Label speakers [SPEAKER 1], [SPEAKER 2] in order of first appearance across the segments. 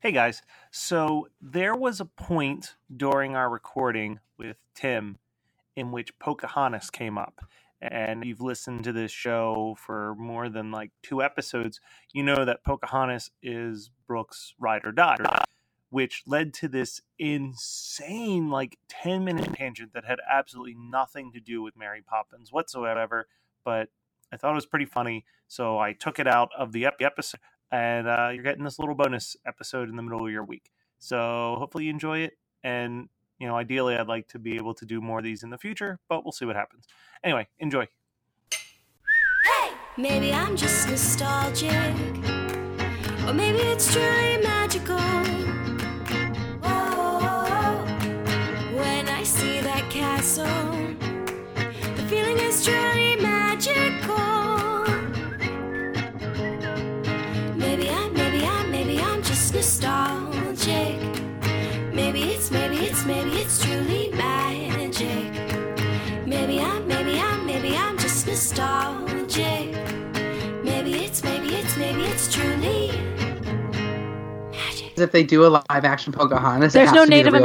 [SPEAKER 1] Hey guys, so there was a point during our recording with Tim in which Pocahontas came up. And you've listened to this show for more than like two episodes, you know that Pocahontas is Brooks' ride or die, which led to this insane, like 10 minute tangent that had absolutely nothing to do with Mary Poppins whatsoever. But I thought it was pretty funny, so I took it out of the ep- episode and uh, you're getting this little bonus episode in the middle of your week. So hopefully you enjoy it. And you know, ideally, I'd like to be able to do more of these in the future, but we'll see what happens. Anyway, enjoy.
[SPEAKER 2] Maybe I'm just nostalgic, or maybe it's truly magical. Whoa, when I see that castle, the feeling is truly magical. Maybe I'm, maybe I'm, maybe I'm just nostalgic. Maybe it's, maybe it's, maybe it's truly magic. Maybe I'm, maybe I'm, maybe I'm just nostalgic. Maybe it's, maybe it's, maybe it's truly magic.
[SPEAKER 3] if they do a live action Pocahontas,
[SPEAKER 4] There's
[SPEAKER 3] it has
[SPEAKER 4] no
[SPEAKER 3] to
[SPEAKER 4] Native
[SPEAKER 3] be a real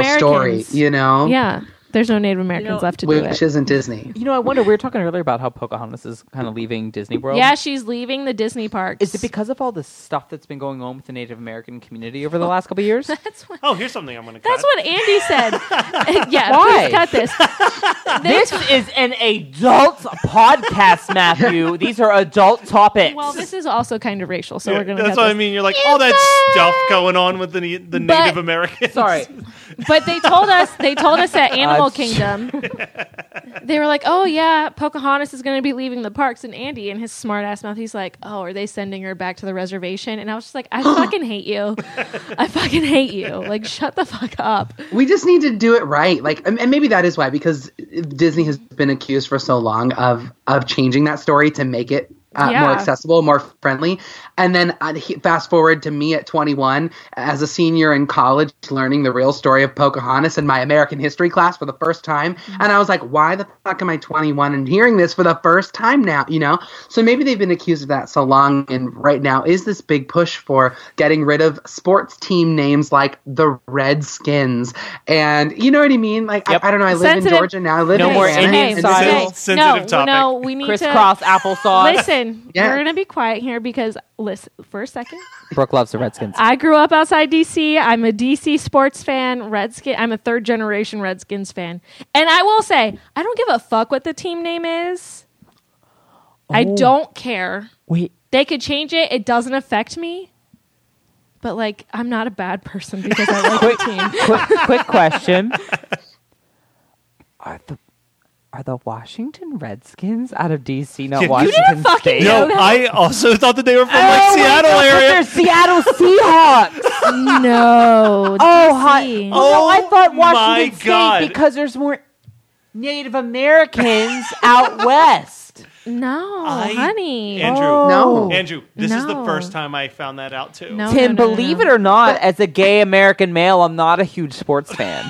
[SPEAKER 3] story,
[SPEAKER 4] Americans.
[SPEAKER 3] you know?
[SPEAKER 4] Yeah, there's no Native Americans left to do
[SPEAKER 3] Which
[SPEAKER 4] it.
[SPEAKER 3] isn't Disney.
[SPEAKER 5] You know, I wonder. We were talking earlier about how Pocahontas is kind of leaving Disney World.
[SPEAKER 4] yeah, she's leaving the Disney parks.
[SPEAKER 5] Is it because of all the stuff that's been going on with the Native American community over the last couple of years?
[SPEAKER 4] that's what
[SPEAKER 1] Oh, here's something I'm going to cut.
[SPEAKER 4] that's what Andy said. yeah,
[SPEAKER 5] Why?
[SPEAKER 4] please cut this.
[SPEAKER 5] this is an adult podcast, Matthew. These are adult topics.
[SPEAKER 4] Well, this is also kind of racial, so we're gonna.
[SPEAKER 6] that's
[SPEAKER 4] cut
[SPEAKER 6] what I
[SPEAKER 4] this.
[SPEAKER 6] mean. You're like all that stuff going on with the Na- the
[SPEAKER 4] But-
[SPEAKER 6] Native Americans.
[SPEAKER 5] Sorry.
[SPEAKER 4] But they told us they told us at Animal
[SPEAKER 5] I'm sure.
[SPEAKER 4] Kingdom. they were like, "Oh yeah, Pocahontas is going to be leaving the parks." And Andy, in his smart ass mouth, he's like, "Oh, are they sending her back to the reservation?" And I was just like, "I fucking hate you. I fucking hate you. Like, shut the fuck up."
[SPEAKER 3] We just need to do it right. Like, and and maybe that is why, because Disney has been accused for so long of of changing that story to make it. Uh,
[SPEAKER 4] Yeah.
[SPEAKER 3] More accessible, more friendly, and then uh, he- fast forward to me at 21 as a senior in college, learning the real story of Pocahontas in my American history class for the first time,
[SPEAKER 4] Mm-hmm.
[SPEAKER 3] and I was like, "Why the fuck am I 21 and hearing this for the first time now?" You know, so maybe they've been accused of that so long, and right now is this big push for getting rid of sports team names like the Redskins, and you know what I mean? Like,
[SPEAKER 5] Yep.
[SPEAKER 3] I, I don't know. I live
[SPEAKER 4] Sensitive-
[SPEAKER 3] in Georgia now. I live
[SPEAKER 5] No
[SPEAKER 3] in
[SPEAKER 5] more
[SPEAKER 3] Atlanta,
[SPEAKER 5] Indian
[SPEAKER 3] and this
[SPEAKER 5] style.
[SPEAKER 4] hey,
[SPEAKER 3] is-
[SPEAKER 6] Sen- sensitive
[SPEAKER 4] no,
[SPEAKER 6] topic.
[SPEAKER 4] no, we need to
[SPEAKER 5] Crisscross applesauce.
[SPEAKER 4] Listen,
[SPEAKER 3] Yeah.
[SPEAKER 4] we're gonna be quiet here because listen for a second.
[SPEAKER 5] Brooke loves the Redskins.
[SPEAKER 4] I grew up outside DC. I'm a DC sports fan. Redskin. I'm a third generation Redskins fan, and I will say I don't give a fuck what the team name is. I don't care.
[SPEAKER 5] Wait,
[SPEAKER 4] They could change it. It doesn't affect me. But like, I'm not a bad person because I like the team.
[SPEAKER 5] quick, quick question: Are the are the Washington Redskins out of D.C. not
[SPEAKER 6] You didn't
[SPEAKER 5] Washington
[SPEAKER 4] fucking
[SPEAKER 5] State? Oh
[SPEAKER 4] know
[SPEAKER 6] No, I also thought that they were from like Seattle
[SPEAKER 5] They're
[SPEAKER 6] area.
[SPEAKER 5] Seattle Seahawks.
[SPEAKER 4] No.
[SPEAKER 5] Oh, hi.
[SPEAKER 4] DC.
[SPEAKER 5] Oh, no, I thought
[SPEAKER 6] Oh,
[SPEAKER 5] Washington
[SPEAKER 6] my
[SPEAKER 5] State
[SPEAKER 6] God.
[SPEAKER 5] because there's more Native Americans out west. Oh.
[SPEAKER 4] No,
[SPEAKER 6] I-
[SPEAKER 4] honey.
[SPEAKER 6] Andrew,
[SPEAKER 3] No.
[SPEAKER 6] Andrew, this is the
[SPEAKER 4] No.
[SPEAKER 6] first time I found that out too.
[SPEAKER 4] No,
[SPEAKER 5] Tim,
[SPEAKER 4] no, no,
[SPEAKER 5] believe
[SPEAKER 4] no.
[SPEAKER 5] it or not, as a gay American male, I'm not a huge sports fan.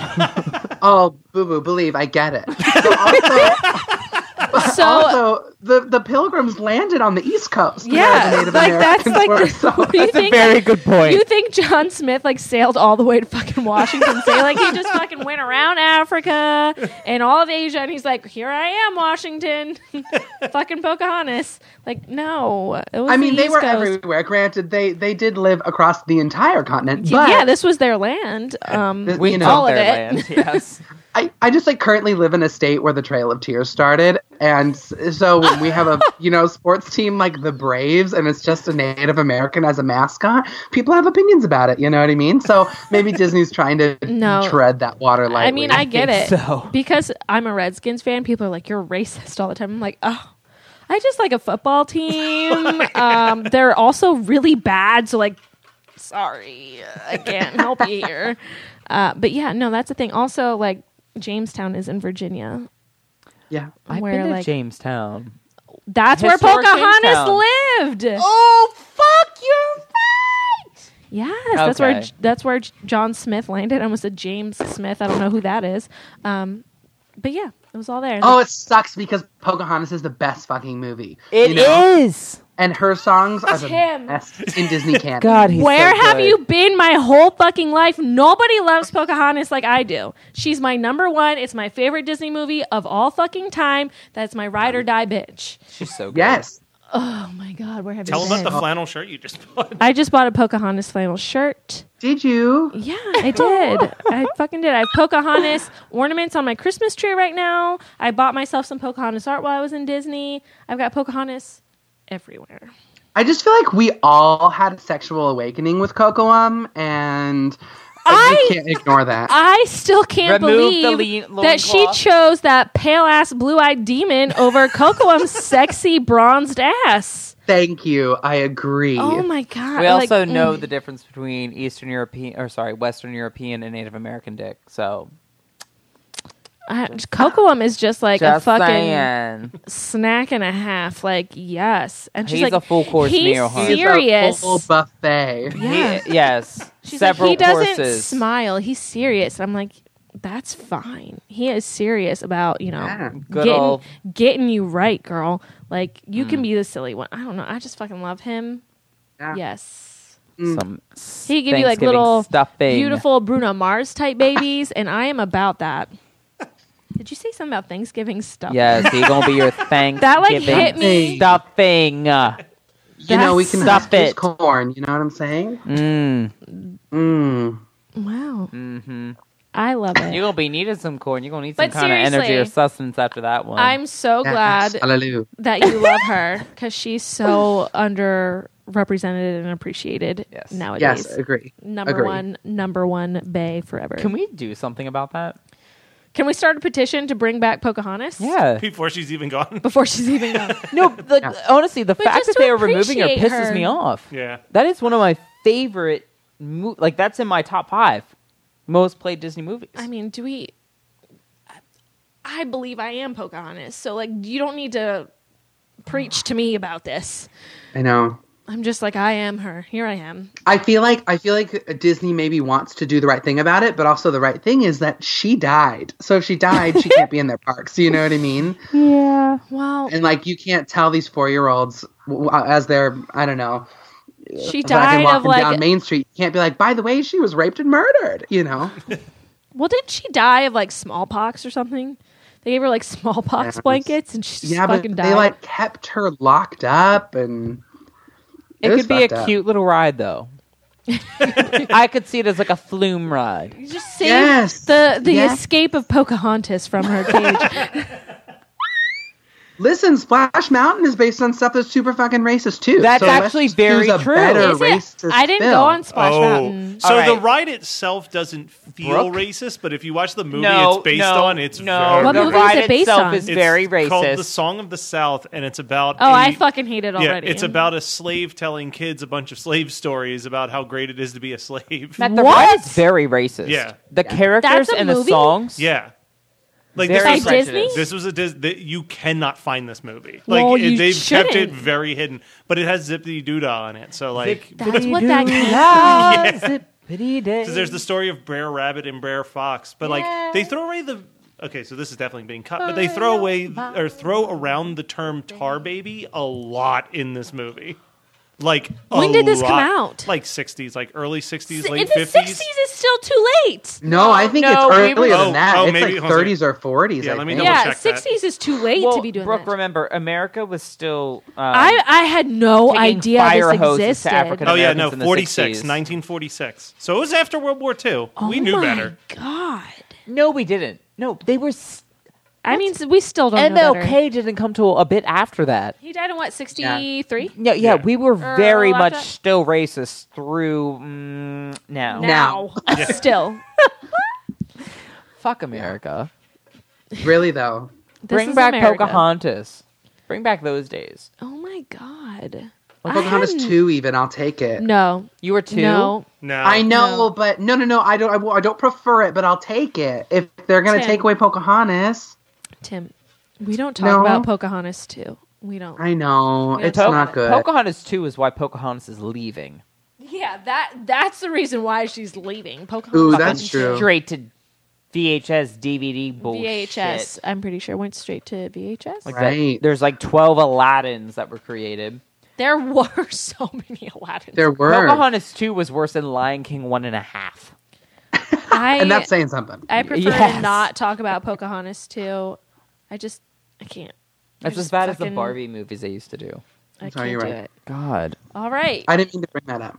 [SPEAKER 3] Oh, boo boo, believe I get it. So also,
[SPEAKER 4] So
[SPEAKER 3] also, the the Pilgrims landed on the East Coast. where
[SPEAKER 4] Yeah,
[SPEAKER 3] the Native
[SPEAKER 4] like, that's
[SPEAKER 3] Americans
[SPEAKER 4] like-
[SPEAKER 3] were, so-
[SPEAKER 4] do you
[SPEAKER 5] That's a
[SPEAKER 4] think-
[SPEAKER 5] very good point.
[SPEAKER 4] You think John Smith like sailed all the way to fucking Washington State? Like he just fucking went around Africa and all of Asia, and he's like, "Here I am, Washington, fucking Pocahontas." Like, no, it was
[SPEAKER 3] I mean,
[SPEAKER 4] the
[SPEAKER 3] they
[SPEAKER 4] East
[SPEAKER 3] were
[SPEAKER 4] Coast.
[SPEAKER 3] everywhere. Granted, they they did live across the entire continent, but
[SPEAKER 4] yeah, this was their land. Um,
[SPEAKER 3] This-
[SPEAKER 5] we
[SPEAKER 3] you
[SPEAKER 5] know
[SPEAKER 3] know.
[SPEAKER 4] all of
[SPEAKER 5] their
[SPEAKER 4] it.
[SPEAKER 5] land. Yes.
[SPEAKER 3] I, I just like currently live in a state where the Trail of Tears started, and s- so when we have a you know sports team like the Braves, and it's just a Native American as a mascot, people have opinions about it. You know what I mean? So maybe Disney's trying to
[SPEAKER 4] No.
[SPEAKER 3] tread that water lightly.
[SPEAKER 4] I mean, I get it
[SPEAKER 5] think so.
[SPEAKER 4] because I'm a Redskins fan. People are like, "You're racist all the time." I'm like, oh. I just like a football team. um, they're also really bad, so like, sorry, I can't help you here. Uh, but yeah, no, that's the thing. Also, like, Jamestown is in Virginia.
[SPEAKER 3] yeah.
[SPEAKER 5] I've
[SPEAKER 4] Where,
[SPEAKER 5] been to
[SPEAKER 4] like-
[SPEAKER 5] Jamestown.
[SPEAKER 4] That's where
[SPEAKER 5] Historic
[SPEAKER 4] Pocahontas
[SPEAKER 5] Jamestown.
[SPEAKER 4] lived.
[SPEAKER 5] Oh fuck you!
[SPEAKER 4] Yes, that's where
[SPEAKER 5] Okay.
[SPEAKER 4] that's where J- John Smith landed. I almost said James Smith. I don't know who that is. Um, but yeah, it was all there.
[SPEAKER 3] Oh, it sucks because Pocahontas is the best fucking movie.
[SPEAKER 5] It is.
[SPEAKER 3] And and her songs are the
[SPEAKER 4] Tim.
[SPEAKER 3] best in Disney canon.
[SPEAKER 5] God, he's
[SPEAKER 4] Where
[SPEAKER 5] so
[SPEAKER 4] have
[SPEAKER 5] good.
[SPEAKER 4] you been my whole fucking life? Nobody loves Pocahontas like I do. She's my number one. It's my favorite Disney movie of all fucking time. That's my ride or die bitch.
[SPEAKER 5] She's so good.
[SPEAKER 3] Yes.
[SPEAKER 4] Oh my god, where have
[SPEAKER 6] Tell
[SPEAKER 4] you
[SPEAKER 6] him
[SPEAKER 4] been?
[SPEAKER 6] about the flannel shirt you just bought.
[SPEAKER 4] I just bought a Pocahontas flannel shirt.
[SPEAKER 3] Did you?
[SPEAKER 4] Yeah, I did. I fucking did. I have Pocahontas ornaments on my Christmas tree right now. I bought myself some Pocahontas art while I was in Disney. I've got Pocahontas everywhere.
[SPEAKER 3] I just feel like we all had a sexual awakening with Cocoam, and
[SPEAKER 4] I-
[SPEAKER 3] we can't ignore that.
[SPEAKER 4] I still can't
[SPEAKER 5] Remove the
[SPEAKER 4] believe
[SPEAKER 5] lean-
[SPEAKER 4] that she
[SPEAKER 5] loincloth.
[SPEAKER 4] chose that pale ass blue eyed demon over Cocoam's sexy bronzed ass.
[SPEAKER 3] Thank you. I agree.
[SPEAKER 4] Oh my god!
[SPEAKER 5] We
[SPEAKER 4] like,
[SPEAKER 5] also
[SPEAKER 4] mm.
[SPEAKER 5] know the difference between Eastern European, or sorry, Western European and Native American dick. So
[SPEAKER 4] I, Cocoam is just like a
[SPEAKER 5] just
[SPEAKER 4] fucking
[SPEAKER 5] saying,
[SPEAKER 4] snack and a half. Like yes, and she's
[SPEAKER 5] He's
[SPEAKER 4] like
[SPEAKER 5] a full course
[SPEAKER 4] he's
[SPEAKER 5] meal, hon."
[SPEAKER 3] It's a
[SPEAKER 4] Serious.
[SPEAKER 3] full buffet.
[SPEAKER 5] He-
[SPEAKER 4] Yeah.
[SPEAKER 5] yes,
[SPEAKER 4] She's
[SPEAKER 5] several
[SPEAKER 4] like, he doesn't
[SPEAKER 5] courses.
[SPEAKER 4] smile. He's serious. I'm like, that's fine. He is serious about you know
[SPEAKER 3] Yeah.
[SPEAKER 5] Good
[SPEAKER 4] getting
[SPEAKER 5] old-
[SPEAKER 4] getting you right, girl. Like you
[SPEAKER 5] Mm.
[SPEAKER 4] can be the silly one. I don't know. I just fucking love him.
[SPEAKER 3] Yeah.
[SPEAKER 4] Yes,
[SPEAKER 5] Some
[SPEAKER 4] he give you like
[SPEAKER 5] Thanksgiving
[SPEAKER 4] little
[SPEAKER 5] stuffing.
[SPEAKER 4] beautiful Bruno Mars type babies, and I am about that. Did you say something about Thanksgiving stuff?
[SPEAKER 5] Yes, he's gonna be your Thanksgiving
[SPEAKER 4] hit me.
[SPEAKER 5] stuffing. Uh,
[SPEAKER 3] You know, we can
[SPEAKER 5] Stop
[SPEAKER 3] just use
[SPEAKER 5] it.
[SPEAKER 3] corn. You know what I'm saying?
[SPEAKER 5] Mm.
[SPEAKER 3] Mm.
[SPEAKER 4] Wow,
[SPEAKER 5] Mm-hmm.
[SPEAKER 4] I love it.
[SPEAKER 5] You're gonna be needing some corn. You're gonna need some
[SPEAKER 4] But
[SPEAKER 5] kind of energy or
[SPEAKER 4] seriously,
[SPEAKER 5] sustenance after that one.
[SPEAKER 4] I'm so glad
[SPEAKER 3] Hallelujah.
[SPEAKER 4] that you love her because she's so underrepresented and appreciated
[SPEAKER 5] Yes.
[SPEAKER 4] nowadays.
[SPEAKER 3] Yes, agree.
[SPEAKER 4] number
[SPEAKER 3] Agreed.
[SPEAKER 4] one, number one bay forever.
[SPEAKER 5] Can we do something about that?
[SPEAKER 4] Can we start a petition to bring back Pocahontas?
[SPEAKER 5] Yeah.
[SPEAKER 6] Before she's even gone.
[SPEAKER 4] Before she's even gone.
[SPEAKER 5] No, like honestly, the
[SPEAKER 4] But
[SPEAKER 5] fact
[SPEAKER 4] just
[SPEAKER 5] that
[SPEAKER 4] to
[SPEAKER 5] they are removing her
[SPEAKER 4] appreciate
[SPEAKER 5] pisses
[SPEAKER 4] her.
[SPEAKER 5] me off.
[SPEAKER 6] Yeah.
[SPEAKER 5] That is one of my favorite. Mo- like that's in my top five most played Disney movies.
[SPEAKER 4] I mean, do we? I believe I am Pocahontas, so like you don't need to preach to me about this.
[SPEAKER 3] I know.
[SPEAKER 4] I'm just like I am her. Here I am.
[SPEAKER 3] I feel like I feel like Disney maybe wants to do the right thing about it, but also the right thing is that she died. So if she died, she can't be in their parks. You know what I mean?
[SPEAKER 5] yeah.
[SPEAKER 4] Well,
[SPEAKER 3] And like, you can't tell these four year olds uh, as they're I don't know fucking
[SPEAKER 4] she died of
[SPEAKER 3] walking down
[SPEAKER 4] like.
[SPEAKER 3] Main Street. You can't be like, by the way, she was raped and murdered. You know?
[SPEAKER 4] well, didn't she die of like smallpox or something? They gave her like smallpox
[SPEAKER 3] Yeah.
[SPEAKER 4] blankets, and she just
[SPEAKER 3] yeah, but
[SPEAKER 4] fucking
[SPEAKER 3] they
[SPEAKER 4] died.
[SPEAKER 3] like kept her locked up, and
[SPEAKER 5] It,
[SPEAKER 3] was
[SPEAKER 5] could be
[SPEAKER 3] fucked
[SPEAKER 5] a
[SPEAKER 3] up.
[SPEAKER 5] cute little ride though. I could see it as like a flume ride.
[SPEAKER 4] You just saved
[SPEAKER 3] Yes.
[SPEAKER 4] the the
[SPEAKER 3] Yes.
[SPEAKER 4] escape of Pocahontas from her cage.
[SPEAKER 3] Listen, Splash Mountain is based on stuff that's super fucking racist too.
[SPEAKER 5] That's
[SPEAKER 3] let's
[SPEAKER 5] actually
[SPEAKER 3] just choose
[SPEAKER 5] very
[SPEAKER 3] a
[SPEAKER 5] true.
[SPEAKER 3] better
[SPEAKER 4] Is
[SPEAKER 5] Is
[SPEAKER 4] it?
[SPEAKER 3] racist
[SPEAKER 4] I didn't
[SPEAKER 3] film.
[SPEAKER 4] go on Splash
[SPEAKER 6] Oh,
[SPEAKER 4] Mountain.
[SPEAKER 6] so
[SPEAKER 5] All
[SPEAKER 6] the
[SPEAKER 5] right.
[SPEAKER 6] ride itself doesn't feel
[SPEAKER 5] Brooke?
[SPEAKER 6] racist, but if you watch the movie
[SPEAKER 5] no,
[SPEAKER 6] it's based
[SPEAKER 5] no,
[SPEAKER 6] on, it's
[SPEAKER 5] no.
[SPEAKER 6] very
[SPEAKER 4] What
[SPEAKER 5] the
[SPEAKER 4] movie is
[SPEAKER 5] ride
[SPEAKER 4] it based
[SPEAKER 5] itself
[SPEAKER 4] on?
[SPEAKER 5] is
[SPEAKER 6] It's
[SPEAKER 5] very
[SPEAKER 6] Called the
[SPEAKER 5] racist.
[SPEAKER 6] Song of the South, and it's about.
[SPEAKER 4] Oh,
[SPEAKER 6] I
[SPEAKER 4] I fucking hate it already.
[SPEAKER 6] Yeah, it's about a slave telling kids a bunch of slave stories about how great it is to be a slave.
[SPEAKER 5] That the
[SPEAKER 4] What?
[SPEAKER 5] ride is very racist.
[SPEAKER 6] Yeah.
[SPEAKER 5] The characters
[SPEAKER 4] That's a
[SPEAKER 5] and the
[SPEAKER 4] movie?
[SPEAKER 5] songs.
[SPEAKER 6] yeah. Like
[SPEAKER 5] Very
[SPEAKER 4] By
[SPEAKER 6] this was, like,
[SPEAKER 4] Disney?
[SPEAKER 6] this was a Dis- th- you cannot find this movie. Like
[SPEAKER 4] Well,
[SPEAKER 6] it-
[SPEAKER 4] you
[SPEAKER 6] they've kept it
[SPEAKER 4] shouldn't.
[SPEAKER 6] very hidden, but it has Zippity Doodah on it. So like,
[SPEAKER 4] That's what that
[SPEAKER 6] Because there's the story of Brer Rabbit and Brer Fox, but like they throw away the. Okay, so this is definitely being cut, but they throw away or throw around the term tar baby a lot in this movie. Like a
[SPEAKER 4] When did this come
[SPEAKER 6] lot.
[SPEAKER 4] out?
[SPEAKER 6] Like 60s, like early 60s,
[SPEAKER 4] In
[SPEAKER 6] late
[SPEAKER 4] the
[SPEAKER 6] 50s.
[SPEAKER 4] sixties is still too late.
[SPEAKER 3] No, I think
[SPEAKER 5] no,
[SPEAKER 3] it's
[SPEAKER 5] we
[SPEAKER 3] earlier
[SPEAKER 5] were-
[SPEAKER 6] Oh,
[SPEAKER 3] than that.
[SPEAKER 6] oh,
[SPEAKER 3] it's
[SPEAKER 6] maybe-
[SPEAKER 3] like 30s or 40s.
[SPEAKER 6] Yeah,
[SPEAKER 3] I
[SPEAKER 6] let me
[SPEAKER 3] think.
[SPEAKER 6] double check
[SPEAKER 4] Yeah,
[SPEAKER 6] that.
[SPEAKER 4] sixties is too late
[SPEAKER 5] Well,
[SPEAKER 4] to be doing
[SPEAKER 5] Brooke,
[SPEAKER 4] that.
[SPEAKER 5] remember, America was still. Um,
[SPEAKER 4] I I had no
[SPEAKER 5] taking
[SPEAKER 4] idea
[SPEAKER 5] fire
[SPEAKER 4] this
[SPEAKER 5] hoses to
[SPEAKER 4] existed.
[SPEAKER 5] African-
[SPEAKER 6] Oh yeah, no,
[SPEAKER 5] Americans in the
[SPEAKER 6] 46,
[SPEAKER 5] 60s.
[SPEAKER 6] 1946. So it was after World War II.
[SPEAKER 4] Oh
[SPEAKER 6] we knew
[SPEAKER 4] my
[SPEAKER 6] better.
[SPEAKER 4] God.
[SPEAKER 5] no, we didn't. No, they were. s
[SPEAKER 4] I mean, we still don't know Oh, better.
[SPEAKER 5] MLK didn't come till a bit after that.
[SPEAKER 4] He died in what sixty three?
[SPEAKER 5] Yeah,
[SPEAKER 6] Yeah.
[SPEAKER 5] yeah, we were
[SPEAKER 4] Or
[SPEAKER 5] very
[SPEAKER 4] Lafayette?
[SPEAKER 5] much still racist through mm, now.
[SPEAKER 4] Now, still,
[SPEAKER 5] Fuck America.
[SPEAKER 3] Really though.
[SPEAKER 4] This
[SPEAKER 5] Bring
[SPEAKER 4] is
[SPEAKER 5] back
[SPEAKER 4] America.
[SPEAKER 5] Pocahontas. Bring back those days.
[SPEAKER 4] Oh my God. I
[SPEAKER 3] Pocahontas
[SPEAKER 4] hadn't-
[SPEAKER 3] 2 even, I'll take it.
[SPEAKER 4] No,
[SPEAKER 5] You were two.
[SPEAKER 4] no.
[SPEAKER 6] No.
[SPEAKER 3] I know,
[SPEAKER 4] No.
[SPEAKER 3] but no, no, no. I don't. I, w- I don't prefer it, but I'll take it if they're gonna
[SPEAKER 4] Ten.
[SPEAKER 3] take away Pocahontas.
[SPEAKER 4] Tim, we don't talk
[SPEAKER 3] No.
[SPEAKER 4] about Pocahontas too. We don't.
[SPEAKER 3] I know
[SPEAKER 4] Yeah,
[SPEAKER 3] it's
[SPEAKER 5] Po-
[SPEAKER 3] not good.
[SPEAKER 5] Pocahontas two is why Pocahontas is leaving.
[SPEAKER 4] Yeah, that that's the reason why she's leaving. Pocahontas.
[SPEAKER 3] Ooh,
[SPEAKER 4] fucking
[SPEAKER 3] that's true.
[SPEAKER 5] Straight to VHS DVD bullshit.
[SPEAKER 4] VHS. I'm pretty sure went straight to VHS.
[SPEAKER 5] Like
[SPEAKER 3] Right.
[SPEAKER 5] that, there's like twelve Aladdins that were created.
[SPEAKER 4] There were so many Aladdins.
[SPEAKER 3] There were.
[SPEAKER 5] Pocahontas 2 was worse than Lion King 1.5.
[SPEAKER 4] I,
[SPEAKER 3] And that's saying something.
[SPEAKER 4] I prefer to
[SPEAKER 5] Yes.
[SPEAKER 4] not talk about Pocahontas too. I just I can't.
[SPEAKER 5] That's
[SPEAKER 4] Just
[SPEAKER 5] as bad as the
[SPEAKER 4] fucking-
[SPEAKER 5] Barbie movies they used to do.
[SPEAKER 4] I
[SPEAKER 3] Sorry,
[SPEAKER 4] can't
[SPEAKER 3] you're
[SPEAKER 4] do
[SPEAKER 3] right.
[SPEAKER 4] it.
[SPEAKER 5] God.
[SPEAKER 4] All right.
[SPEAKER 3] I didn't mean to bring that up.